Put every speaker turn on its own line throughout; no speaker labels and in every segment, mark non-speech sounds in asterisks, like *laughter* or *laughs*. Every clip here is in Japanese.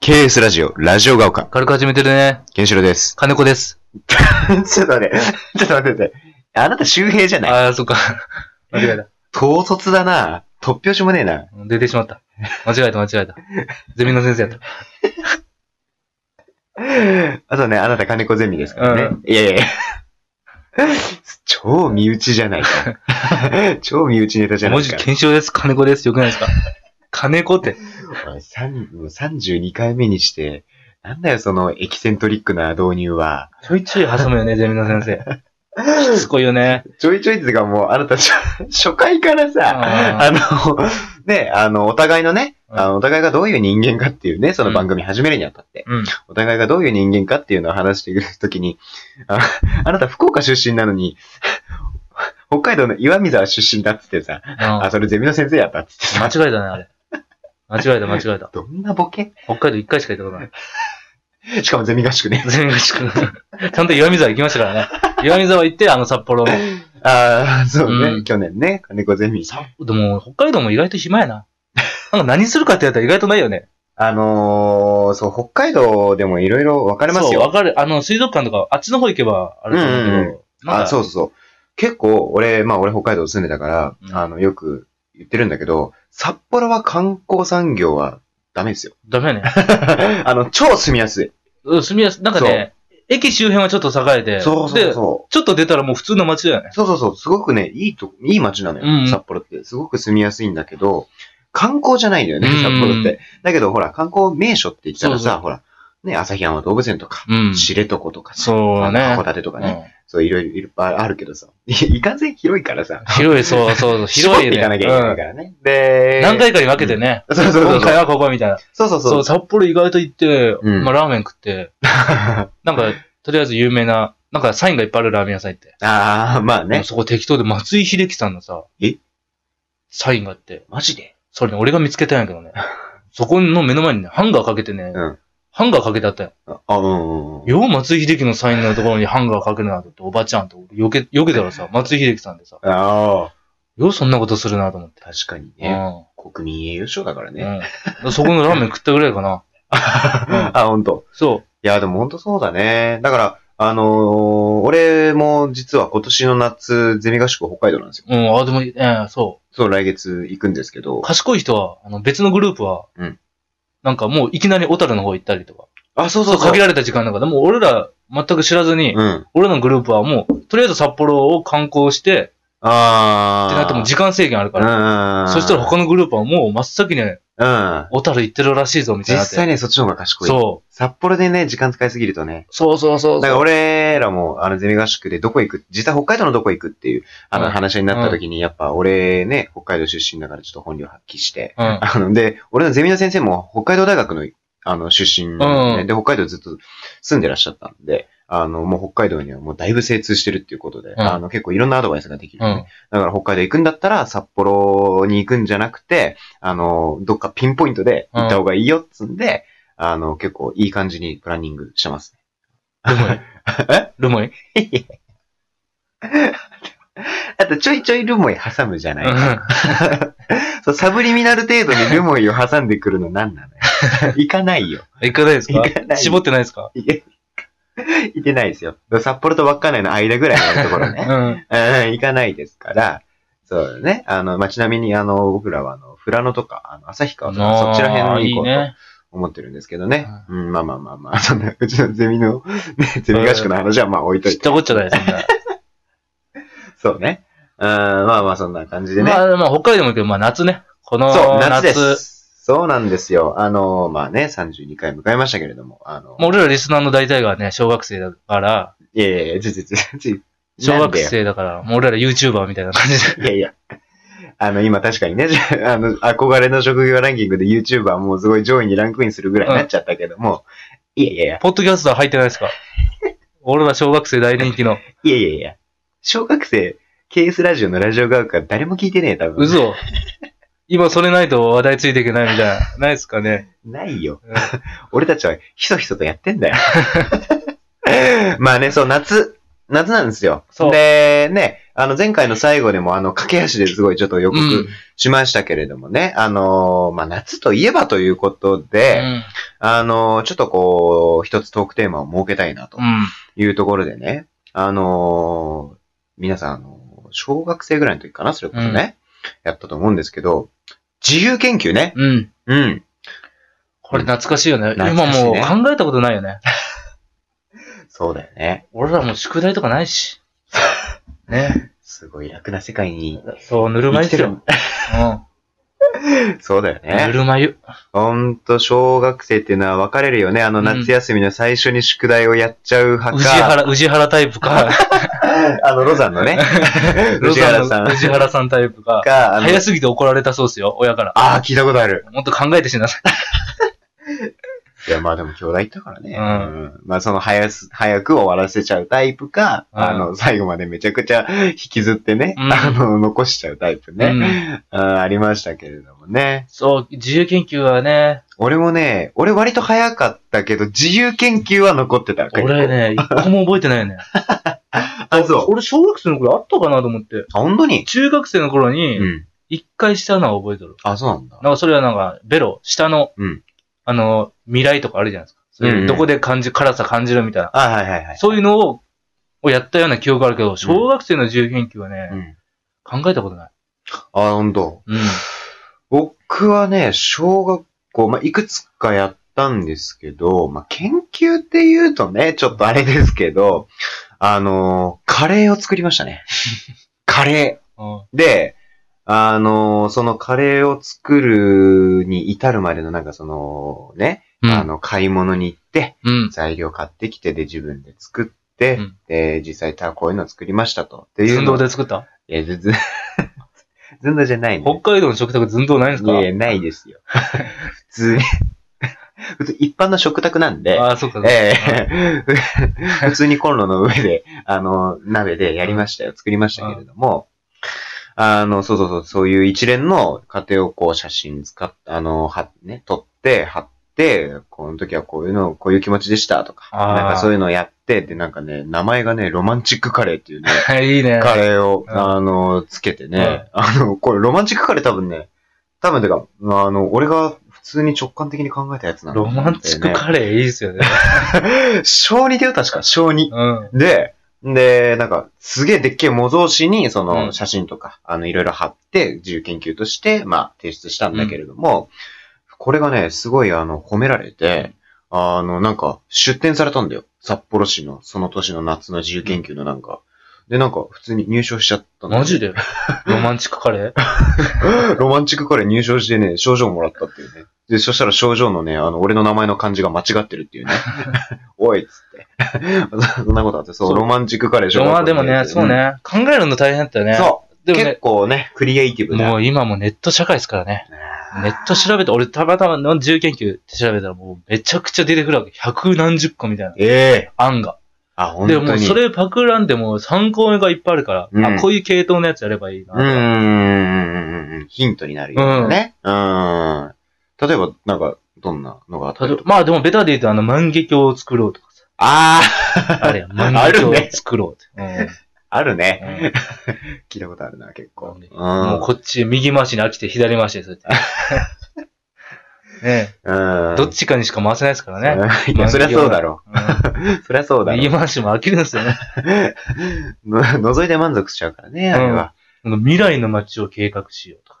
KS ラジオ、ラジオが丘、
軽く始めてるね。
ケンシロウです。
金子です。
*laughs* ちょっと待って、ちょっと待って、あなた周平じゃい
ああ、そっか。 *laughs* 間違えた。
唐突だな。突拍子もねえな。
*laughs* 出てしまった。間違えた、間違えた。ゼミの先生 *laughs* やった。
あとね、あなた金子ゼミですからね。いやいやいや。 *laughs* 超身内じゃない *laughs* か。超身内ネタじゃな
文
い
字
か。
検証です。金子です。よくないですか金子って。
おいさんもう32回目にして、なんだよそのエキセントリックな導入は。
ちょいちょい挟むよ *laughs* ね、ゼミの先生。しつこいよね。
ちょいちょいっていうかもう、あなた初 *laughs* 初回からさ、あ
あ
の、ね、あの、お互いのね、
うん
あのお互いがどういう人間かっていうね、その番組始めるにあたって、
うん。
お互いがどういう人間かっていうのを話していくときに、ああなた福岡出身なのに、 *laughs* 北海道の岩見沢出身だっつってさ、あ、
あ
それゼミの先生やったっつって
間
さ、
違えたね、あれ。間違えた、間違えた。
どんなボケ
北海道一回しか行ったことない。
しかもゼミ合宿ね。
ゼミ合宿。 *laughs* ちゃんと岩見沢行きましたからね。岩見沢行って、あの札 *laughs* 幌の。
ああ、そうね、
うん
去年ね、金子ゼミ。
でも、北海道も意外と暇やな。なんか何するかってやったら意外とないよね。
あのー、そう、北海道でもいろいろ分かれます
そう、わ
よ。
かる。あの、水族館とか、あっちの方行けば、あれだと思うけど。なんか
あ、そうそうそう。結構、俺、まあ俺北海道住んでたから、
うん
あの、よく言ってるんだけど、札幌は観光産業はダメ
*laughs*
ですよ。
ダメやね。
あの、超住みやすい。
うん、住みやす、なんかね、駅周辺はちょっと栄えて、
そうそう
で、
そう。
ちょっと出たらもう普通の街だよね。
そうそうそう。すごくね、いいと、いい街なのよ、
うん
札幌って。すごく住みやすいんだけど、観光じゃないんだよね、
うん
札幌って。だけど、ほら、観光名所って言ったらさ、
そうそう
ほら、ね、旭山動物園とか、
うん
知床とかさ、
そう
あの
だね
函。館とかね、そう、いろいろいっぱいあるけどさ、いいかんせん広いからさ、
うん広い、そうそう
*laughs*
そう、広
絞っ
い、ね。
ていかなきゃいけないからね。で、
うん何回かに分けてね、
そうそうそう
今回はここみたいな。
そうそう
そ、
そう
札幌意外と行って、
うん
まあラーメン食って、
*laughs* あ
なんか、とりあえず有名な、なんかサインがいっぱいあるラーメン屋さん行って。
あー、まあね。
そこ適当で松井秀喜さんのさ、
え
サインがあって、
マジで
それね、俺が見つけたんやけ
*laughs*
どね。そこの目の前にね、ハンガーかけてね、
うん
ハンガーかけてあったよ。
あ、うんうんうん。
よう松井秀喜のサインのところにハンガーかけるなと思って、おばちゃんと、よけ、よけたらさ、松井秀喜さんでさ、
ああ、
ようそんなことするなと思って。
確かに
う
ね。
ん。
国民栄誉賞だからね。
うん。そこのラーメン食ったぐらいかな。
*laughs* あ、ほんと。
そ
いや、でもほんとそうだね。だから、あのー俺も実は今年の夏、ゼミ合宿北海道なんですよ。
う。うん、あ、でも、ええそ
そう、来月行くんですけど
う。。賢い人は、あの、別のグループは、
うん
なんかもういきなり小樽の方行ったりとか。
あ、そう
そう、限られた時間の中で、もう俺ら全く知らずに、
うん。
俺らのグループはもう、とりあえず札幌を観光して、
ああ。
ってなってもう時間制限あるから。
間
そしたら他のグループはもう真っ先に
他、うん。
小樽行ってるらしいぞ、みたい
実
になって。
際ね、そっちの方が賢い。
そ
札幌でね、時間使いすぎるとね。
う。そうそうそうそう。
だから俺らも、あの、ゼミ合宿でどこ行く、実は北海道のどこ行くっていう、あ
う
の、
ん
話になった時に、やっぱ俺ね、北海道出身だからちょっと本領発揮して、
うん。
あの、で、俺のゼミの先生も北海道大学の、あの、出身なんで、
うん
で、北海道ずっと住んでらっしゃったんで、あの、もう北海道にはもうだいぶ精通してるっていうことで、
ん
あの、結構いろんなアドバイスができる、
う
ね
ん。
だから北海道行くんだったら、札幌に行くんじゃなくて、あの、どっかピンポイントで行った方がいいよっつんで、あの、結構いい感じにプランニングしてます。
ルモイ。
え
ルモイ
あと、ちょいちょいルモイ挟むじゃ
う
ない、 *laughs*
ん。
そうサブリミナル程度にルモイを挟んでくるの何なのよ。 *laughs* 行かない
*laughs*
よ。
行かないです
行かな
か
い
絞ってないですか
行って *laughs* ないですよ。札幌と稚内の間ぐらいのところ
*laughs* う
ね。
ん。
うん、行かないですから。そうだね。あの、まあ、ちなみに、あの、僕らは、あの、富良野とか、あの、旭川とか、そっちら辺に行こうと
いいね。
思ってるんですけどね。うん、まあまあまあま *laughs* あ、そんな、うちのゼミの、ね、ゼミ合宿の話はまあ置いと
知
い。
ってたこっちゃない、そんな。
そうね。うん、まあまあ、そんな感じでね。
まあ、まあ、北海道も行くけど、まあ、夏ね。この
そう、夏で
夏。
す。そうなんですよ。あの、まあね、32回迎えましたけれども、あの、
もう俺らリスナーの大体がね、小学生だから、
いやいやいや、ちょちょちょちょ
小
なん
学
でよ
生だから、もう俺ら YouTuber みたいな感じ
*laughs*
で。
いやいや。あの、今確かにね、じゃああの、憧れの職業ランキングで YouTuber もうすごい上位にランクインするぐらいになっちゃったけども、いやいやいや、
ポッドキャストは入ってないですか俺ら小学生大人気の。
いやいやいや、小学生、KS ラジオのラジオが丘誰も聞いてねえ、多分。
嘘。今それないと話題ついていけないみたいな。ないですかね。
ないよ。 *laughs*
うん
俺たちはひそひそとやってんだよ。まあね、そう、夏。夏なんですよ。
そう
で、ね、あの、前回の最後でも、あの、駆け足ですごいちょっと予
う
告しましたけれどもね、あのー、まあ、夏といえばということで、
ん。
あのー、ちょっとこう、一つトークテーマを設けたいなと
うん。
いうところでね、あのー、皆さん、あのー、小学生ぐらいの時かな、それこそね、やったと思うんですけど、自由研究ね。
うん。
うん。
これ懐かしいよね。
懐
今
かしい
もう
ね
考えたことないよね。
そうだよね。
俺らもう宿題とかな
*laughs*
いし。ね。
すごい楽な世界に
そう、ぬるま湯ですよ。
うん *laughs* そうだよ
うん。ぬ
ね。
るま湯。
ほんと、小学生っていうのは分かれるよね。あの、夏休みの最初に宿題をやっちゃう派
宇治
か、
原、宇治原タイプか、
*laughs* あの、ロザンのね、 *laughs* 宇治原さん
ロザンの *laughs* 宇治原さんタイプか、
が、あの
早、すぎて怒られたそうですよ、親から。
ああ、聞いたことある。
もっと考えてしなさい。
いや、まあでも兄弟いたからね。
うん
うんまあその早す、早く終わらせちゃうタイプか、
うん
あの、最後までめちゃくちゃ引きずってね、
う
*laughs*
ん
あの、残しちゃうタイプね、
うん
あーありましたけれどもね。
そう、自由研究はね、
俺もね、俺割と早かったけど、自由研究は残ってた。
俺。ね、一個も覚えてないよね。
*laughs* あ、そう。
俺、小学生の頃あったかなと思って。
あ、本当に
中学生の頃
う
に、
ん。
一回したのは覚えてる。
あ、そうなんだ。
なんかそれはなんか、ベロ、下の、
うん
あの、未来とかあるじゃないですか。そう
うん
いううんどこで感じ、辛さ感じるみたいな。
あ、はいはいはい。
そういうのを、をやったような記憶あるけど、小学生の自由研究はね、
ん。
考えたことない。
あ、本当。 *laughs*
うん。
僕はね、小学校、まあ、いくつかやったんですけど、まあ、研究って言うとね、ちょっとあれですけど、あのーカレーを作りましたね。 *laughs* カレ
うん
ー。で、あのーそのカレーを作るに至るまでのなんかその、ね、あ、の、買い物に行って、
うん。
材料買ってきて、で、自分で作って、
うん
で、実際た、こういうの作りましたと。っていう
寸
の
胴
を
で作った
いや、ず、ず、 *laughs* ずんだじゃないね。
北海道の食卓寸胴ないんです
い
か
やいや、ないですよ。普通に。 *laughs* 普通、一般の食卓なんで、
ああ、そっか。
ええ普通にコンロの上で、あの、鍋でやりましたよ、作りましたけれども、あの、そうそうそう、そういう一連の過程をこう写真使っ、あの、は、ね、撮って、貼って、この時はこういうの、こういう気持ちでしたとか、
あー
なんかそういうのをやって、で、なんかね、名前がね、ロマンチックカレーっていう
*laughs*
ね、
はい、いいね。
カレーを、
うん
あの、つけてね、あの、これロマンチックカレー多分ね、多分てか、あの、俺が普通に直感的に考えたやつなんだ
ロ
よね
マンチックカレーいいですよね。
*laughs* 小2だよ、確か、小2。
うん。
で、で、なんか、すげえでっけえ模造紙に、そうの、
ん
写真とか、あの、いろいろ貼って、自由研究として、まあ、提出したんだけれども、これがね、すごい、あの、褒められて、あの、なんか、出展されたんだよ。札幌市の、その年の夏の自由研究のなんか。で、なんか、普通に入賞しちゃったんだよ
マジでロマンチック
*laughs*
カレー
ロマンチックカレー入賞してね、賞状もらったっていうね。で、そしたら賞状のね、あの、俺の名前の漢字が間違ってるって
*laughs*
いうね。おいっつって。 *laughs* そんなことあって、そう、
そう
ロマンチックカレー小学
ま
校
あでも
や
ね、
つ
そう。ね。考えるの大変だったよ
うん
ね。。
そう
でも
結
ね、
構ね、クリエイティブな。
もう今もネット社会ですからね。ネット調べて、俺たまたまの自由研究って調べたらもうめちゃくちゃ出てくるわけ。百何十個みたいな
ええ
案が。
あ、本
で
当
もう
に。
それパクらんでも参考がいっぱいあるから、
うん
あ、こういう系統のやつやればいいな
うー
とか。
ん、ヒントになるよね。うん。例えば、なんか、どんなのがあった
た
り
と
とか。
まあでもベタで言うとあの、万華鏡を作ろうとかさ。
あ
あれや、万
*laughs* あ
華
る
鏡
ね
を作ろうって。うん
あ、あるね。
うん
聞いたことあるな、結構。うん。
もうこっち、右回しに飽きて左回しです。
*laughs*
ね
う
え
ん。
どっちかにしか回せないですからね。
ね。いや、そりゃそうだろ
うん
う。そりゃそうだろう。
右回しも飽きるんですよね。
*laughs* の覗いて満足しちゃうからね、あれは。
この未来の街を計画しようとか。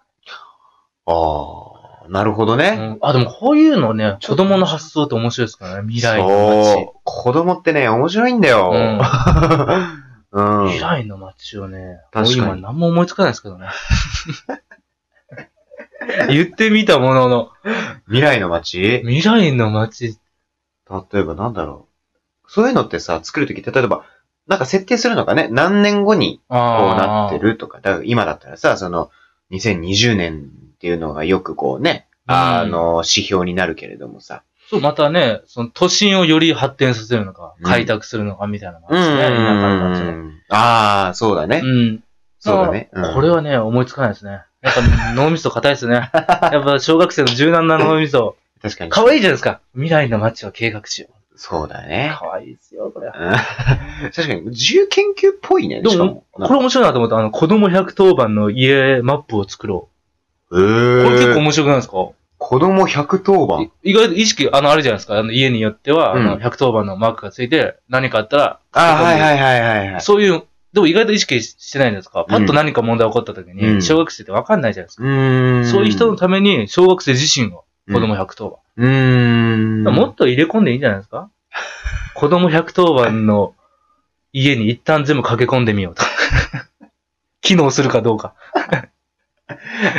ああ、なるほど
う
ね。
んあ、でもこういうのね、
ちょ
子
っと
供の発想って面白いですからね。未来の
そう。子供ってね、面白いんだよ。 *laughs* うん
街。。未来の街をね、
確かに
もう今何も思いつかないですけどね。
*laughs*
言ってみたものの、
未来の街
未来の街、
例えばなんだろう。そういうのってさ、作るときって、例えば、なんか設定するのかね、何年後にこうなってるとか、だから今だったらさ、その、2020年っていうのがよくこうね、
うん
あの、指標になるけれどもさ。
そう、またね、その都心をより発展させるのか
う、ん
開拓するのかみたいなのが
う
あ
ん
る
うんん
ですね、田舎の
う
街は
ん。ああ、そうだね。
うん。
そうだね。うん
これはね、思いつかないですね。やっぱ脳みそ硬いです
*laughs*
ね。やっぱ小学生の柔軟な脳みそ。
確かに。
可愛いじゃないですか。未来の街を計画しよう。
そうだね。
かわいいですよ、これ
う。ん *laughs* 確かに、自由研究っぽいね。
で
しか
も
も、
これ面白いなと思った。あの、子供110番の家マップを作ろ
え
う。これ結
ー、
構面白くないですか、
子供110番。
い意外と意識、あの、あるじゃないですか。あの、家によっては、
うん
あの、110番のマークがついて、何かあったら、
あー、はいはいはいはいはい。
そういう、でも意外と意識してないじゃないですか。パッと何か問題起こった時
うん
に、小学生ってわかんないじゃないですか。
うーん。
そういう人のために、小学生自身が子供110番。
うーん。
だからもっと入れ込んでいいんじゃないですか子供110番の家に一旦全部駆け込んでみよ
*laughs*
うと。機能するかどうか。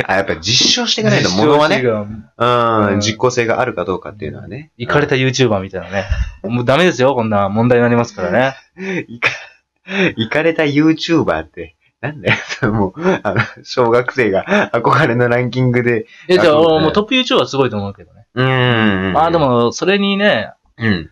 あ、やっぱ実証していかないと、ものはね。
う
うんん、実効性があるかどうかっていうのはね。
行かれた YouTuber みたい *laughs* なね。もうダメですよ、こんな問題になりますからね。
いか、いかれた YouTuber って、なんだよ、 *laughs* それもう、あの、小学生が憧れのランキングで。
いや、じゃあ、
なるほどね
もうトップ YouTuber はすごいと思うけどね。
うーん。
まあで、も、それにね、
うん。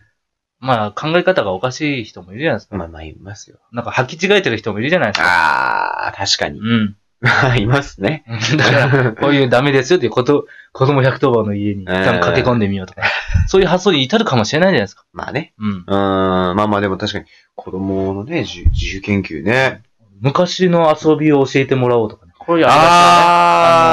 まあ考え方がおかしい人もいるじゃないですか。
まあまあ、いますよ。
なんか履き違えてる人もいるじゃないですか。
あー、確か
う
に。 *laughs*
ん。
まあ、いますね。
だから、こういうダメですよっていうこと、 *laughs* 子供110番の家に一旦駆け込んでみようとか、そういう発想に至るかもしれないじゃないですか。
まあね。
うん。
うーん、まあまあ、でも確かに、子供のね、自自由研究ね。
昔の遊びを教えてもらおうとかね。こういうありま
あ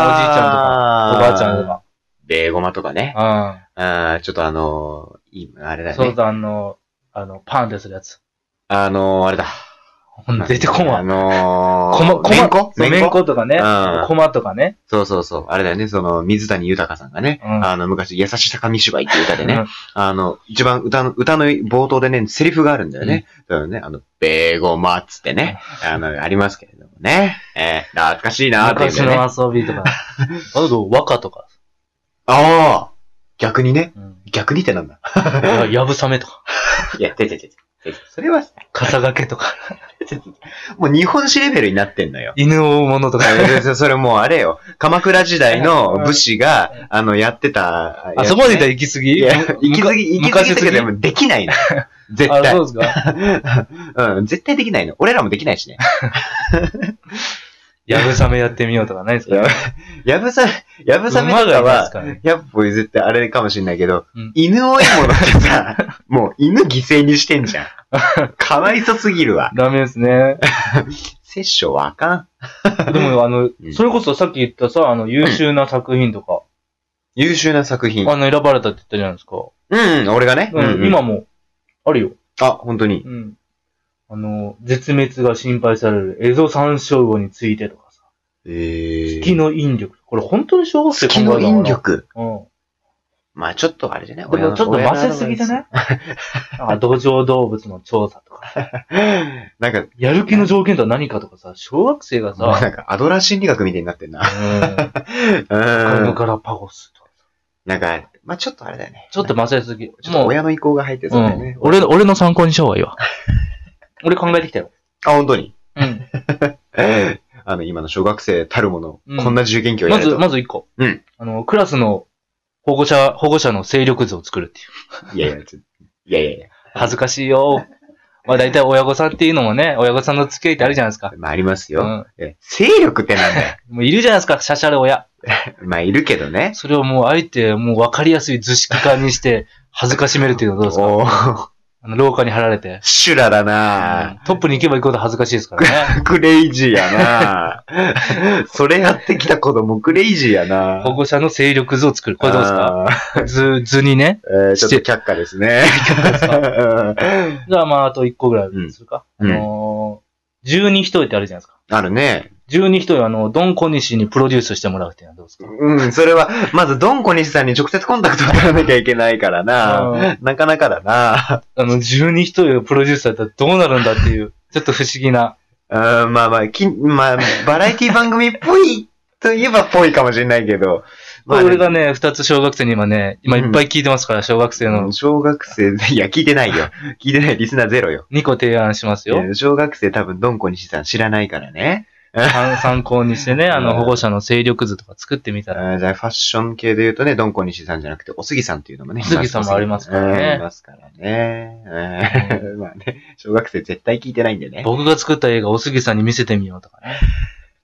あのおじいちゃん
ゃ
としたね。おばあちゃんとか。
ベーゴマとかね。
うん。
あーちょっとあのー、いあれだ
そう
ね。
だ、あの、あの、パーンってするやつ。
あのー、あれだ。
出てこ
あ
ま。
のー、
こま、こ
め
ま、
んこ
そうめんことかね。
うん
こまとかね。
そうそうそう。あれだよね、その、水谷豊さんがね、
うん
あの、昔、優しさ紙芝居っていう歌で
う
ね
ん、
あの、一番歌の、歌の冒頭でね、セリフがあるんだよね。だよね、あの、ベーゴマっつってね、あの、ありますけれどもね。えー、懐かしいなーっていう
昔
ね。あ
の遊びと
*laughs*
か。あと、和歌とか。
あー逆にね。
うん。
逆にってなんだ
やぶさめとか。
いや、てててて。ててそれは、
かさがけ
*laughs*
とか。
もう日本史レベルになってんのよ。
犬を追うものとか。
えーそれもうあれよ。鎌倉時代の武士が、あの、やってた。
あそこまでいった
行
ら行き過ぎ
き過ぎ、行き過ぎだけど、でもできないの。絶
あ、
対
そ。うで
*laughs*
すか。
うん、絶対できないの。俺らもできないしね。
やぶさめやってみようとかないですか
ややぶさ、やぶさめと
馬が
か
います
は、
からね。
やっぱ絶対あれかもしんないけど、
うん
犬追い物って *laughs* さ、もう犬犠牲にしてんじゃん。かわいそすぎるわ。
ダメですね。
殺生はあかん。
でも、あの
う、ん
それこそさっき言ったさ、あの、優秀な作品とか、
優秀な作品。
あの、選ばれたって言ったじゃないですか。
うん、うん俺がね。うんうん
今も、あるよ。
あ、本当に。
うん。あの、絶滅が心配される、エゾサンショウウオについてとかさ、
えー
月の引力。これ本当に小学生
月の引力。
考
まあちょっとあれじゃない
えたのうん。でもちょっと混ぜすぎじゃないなんか土壌動物の調査とか。
い *laughs* なんか、
やる気の条件とは何かとかさ、小学生が
もうな
さ、
んかアドラー心理学みたいになってん
*laughs*
な。
うん。
う
ガラ
ん。
ガラパゴスとか。
なんか、まあちょっとあれだよね。
ちょっと混ぜすぎ。
ちょっと
もう、
親の意向が入ってそううだよね
ん。。俺の、俺の参考にした方がいい
*laughs*
わ。俺考えてきたよ。
あ、本当に。 *laughs*
うん。
あの、今の小学生たるもの、
うん
こんな自由研究をや
ま
る
ず、
と。
まず一個。
うん
あの、クラスの保護者、保護者の勢力図を作るっていう。
いやいや、ちょいやいやいや。
恥ずかしいよ。まあ大体親御さんっていうのもね、親御さんの付き合いってあるじゃないですか。
まあ、あります
う
よ。
ん。
え勢力ってなんだよ。 *laughs*
もういるじゃないですか、シャシャる親。
まあ、いるけどね。
それをもうあえて、もう分かりやすい図式化にして、 *laughs* 恥ずかしめるっていうのはどうですか
おー、
あの廊下に貼られて。
シュラだな
トップに行けば行くほど恥ずかしいで
*laughs*
すからね。
クレイジーやな *laughs* それやってきた子供クレイジーやな
保護者の勢力図を作る。これどうですか
あー
図、図にね。
えーちょっと却下ですね。
じゃあまああと1個ぐらいするか。
*laughs* うん
あのー、十二人ってあるじゃないですか。
あるね。
十二人をあの、ドン小西にプロデュースしてもらうっていうのはどうですか
うん、それは、まず、ドンコ西さんに直接コンタクトを取らなきゃいけないからな。なかなかだな。
あの、十二人をプロデュースだったらどうなるんだっていう、ちょっと不思議な。
うん、まあまあ、きまあ、バラエティ番組っぽいといえばっぽいかもしれないけど。まあね
これがね、二つ小学生に今ね、今いっぱい聞いてますから、小学生
う
の
ん小学生、いや、聞いてないよ。聞いてない、リスナーゼロよ。
2個提案しますよ。
えー小学生多分、ドンコ西さん知らないからね。
参参考にしてね、あ
う
の、
ん
保護者の勢力図とか作ってみたら。
あーじゃあ、ファッション系で言うとね、ドンコ西さんじゃなくて、おすぎさんっていうのもね。
おすぎさんもありますからね
うんいますからね。うん *laughs* まあね、小学生絶対聞いてないんでね。
僕が作った映画、おすぎさんに見せてみようとかね。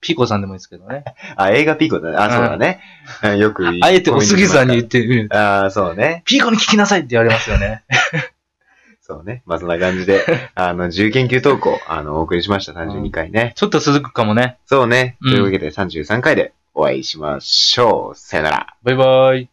ピコさんでもいいですけどね。
あ、映画ピーコだね。あ、そうだね。うんよく
あえておすぎさんに言
っ
ってみる。
ああ、そうね。
ピーコに聞きなさいって言われますよね。
そうね。まあそんな感じで、あの、自由研究投稿、あの、お送りしました。32回ね。
*laughs* ちょっと続くかもね。
そうね。
うん
というわけで33回でお会いしましょう。さよなら。
バイバイ。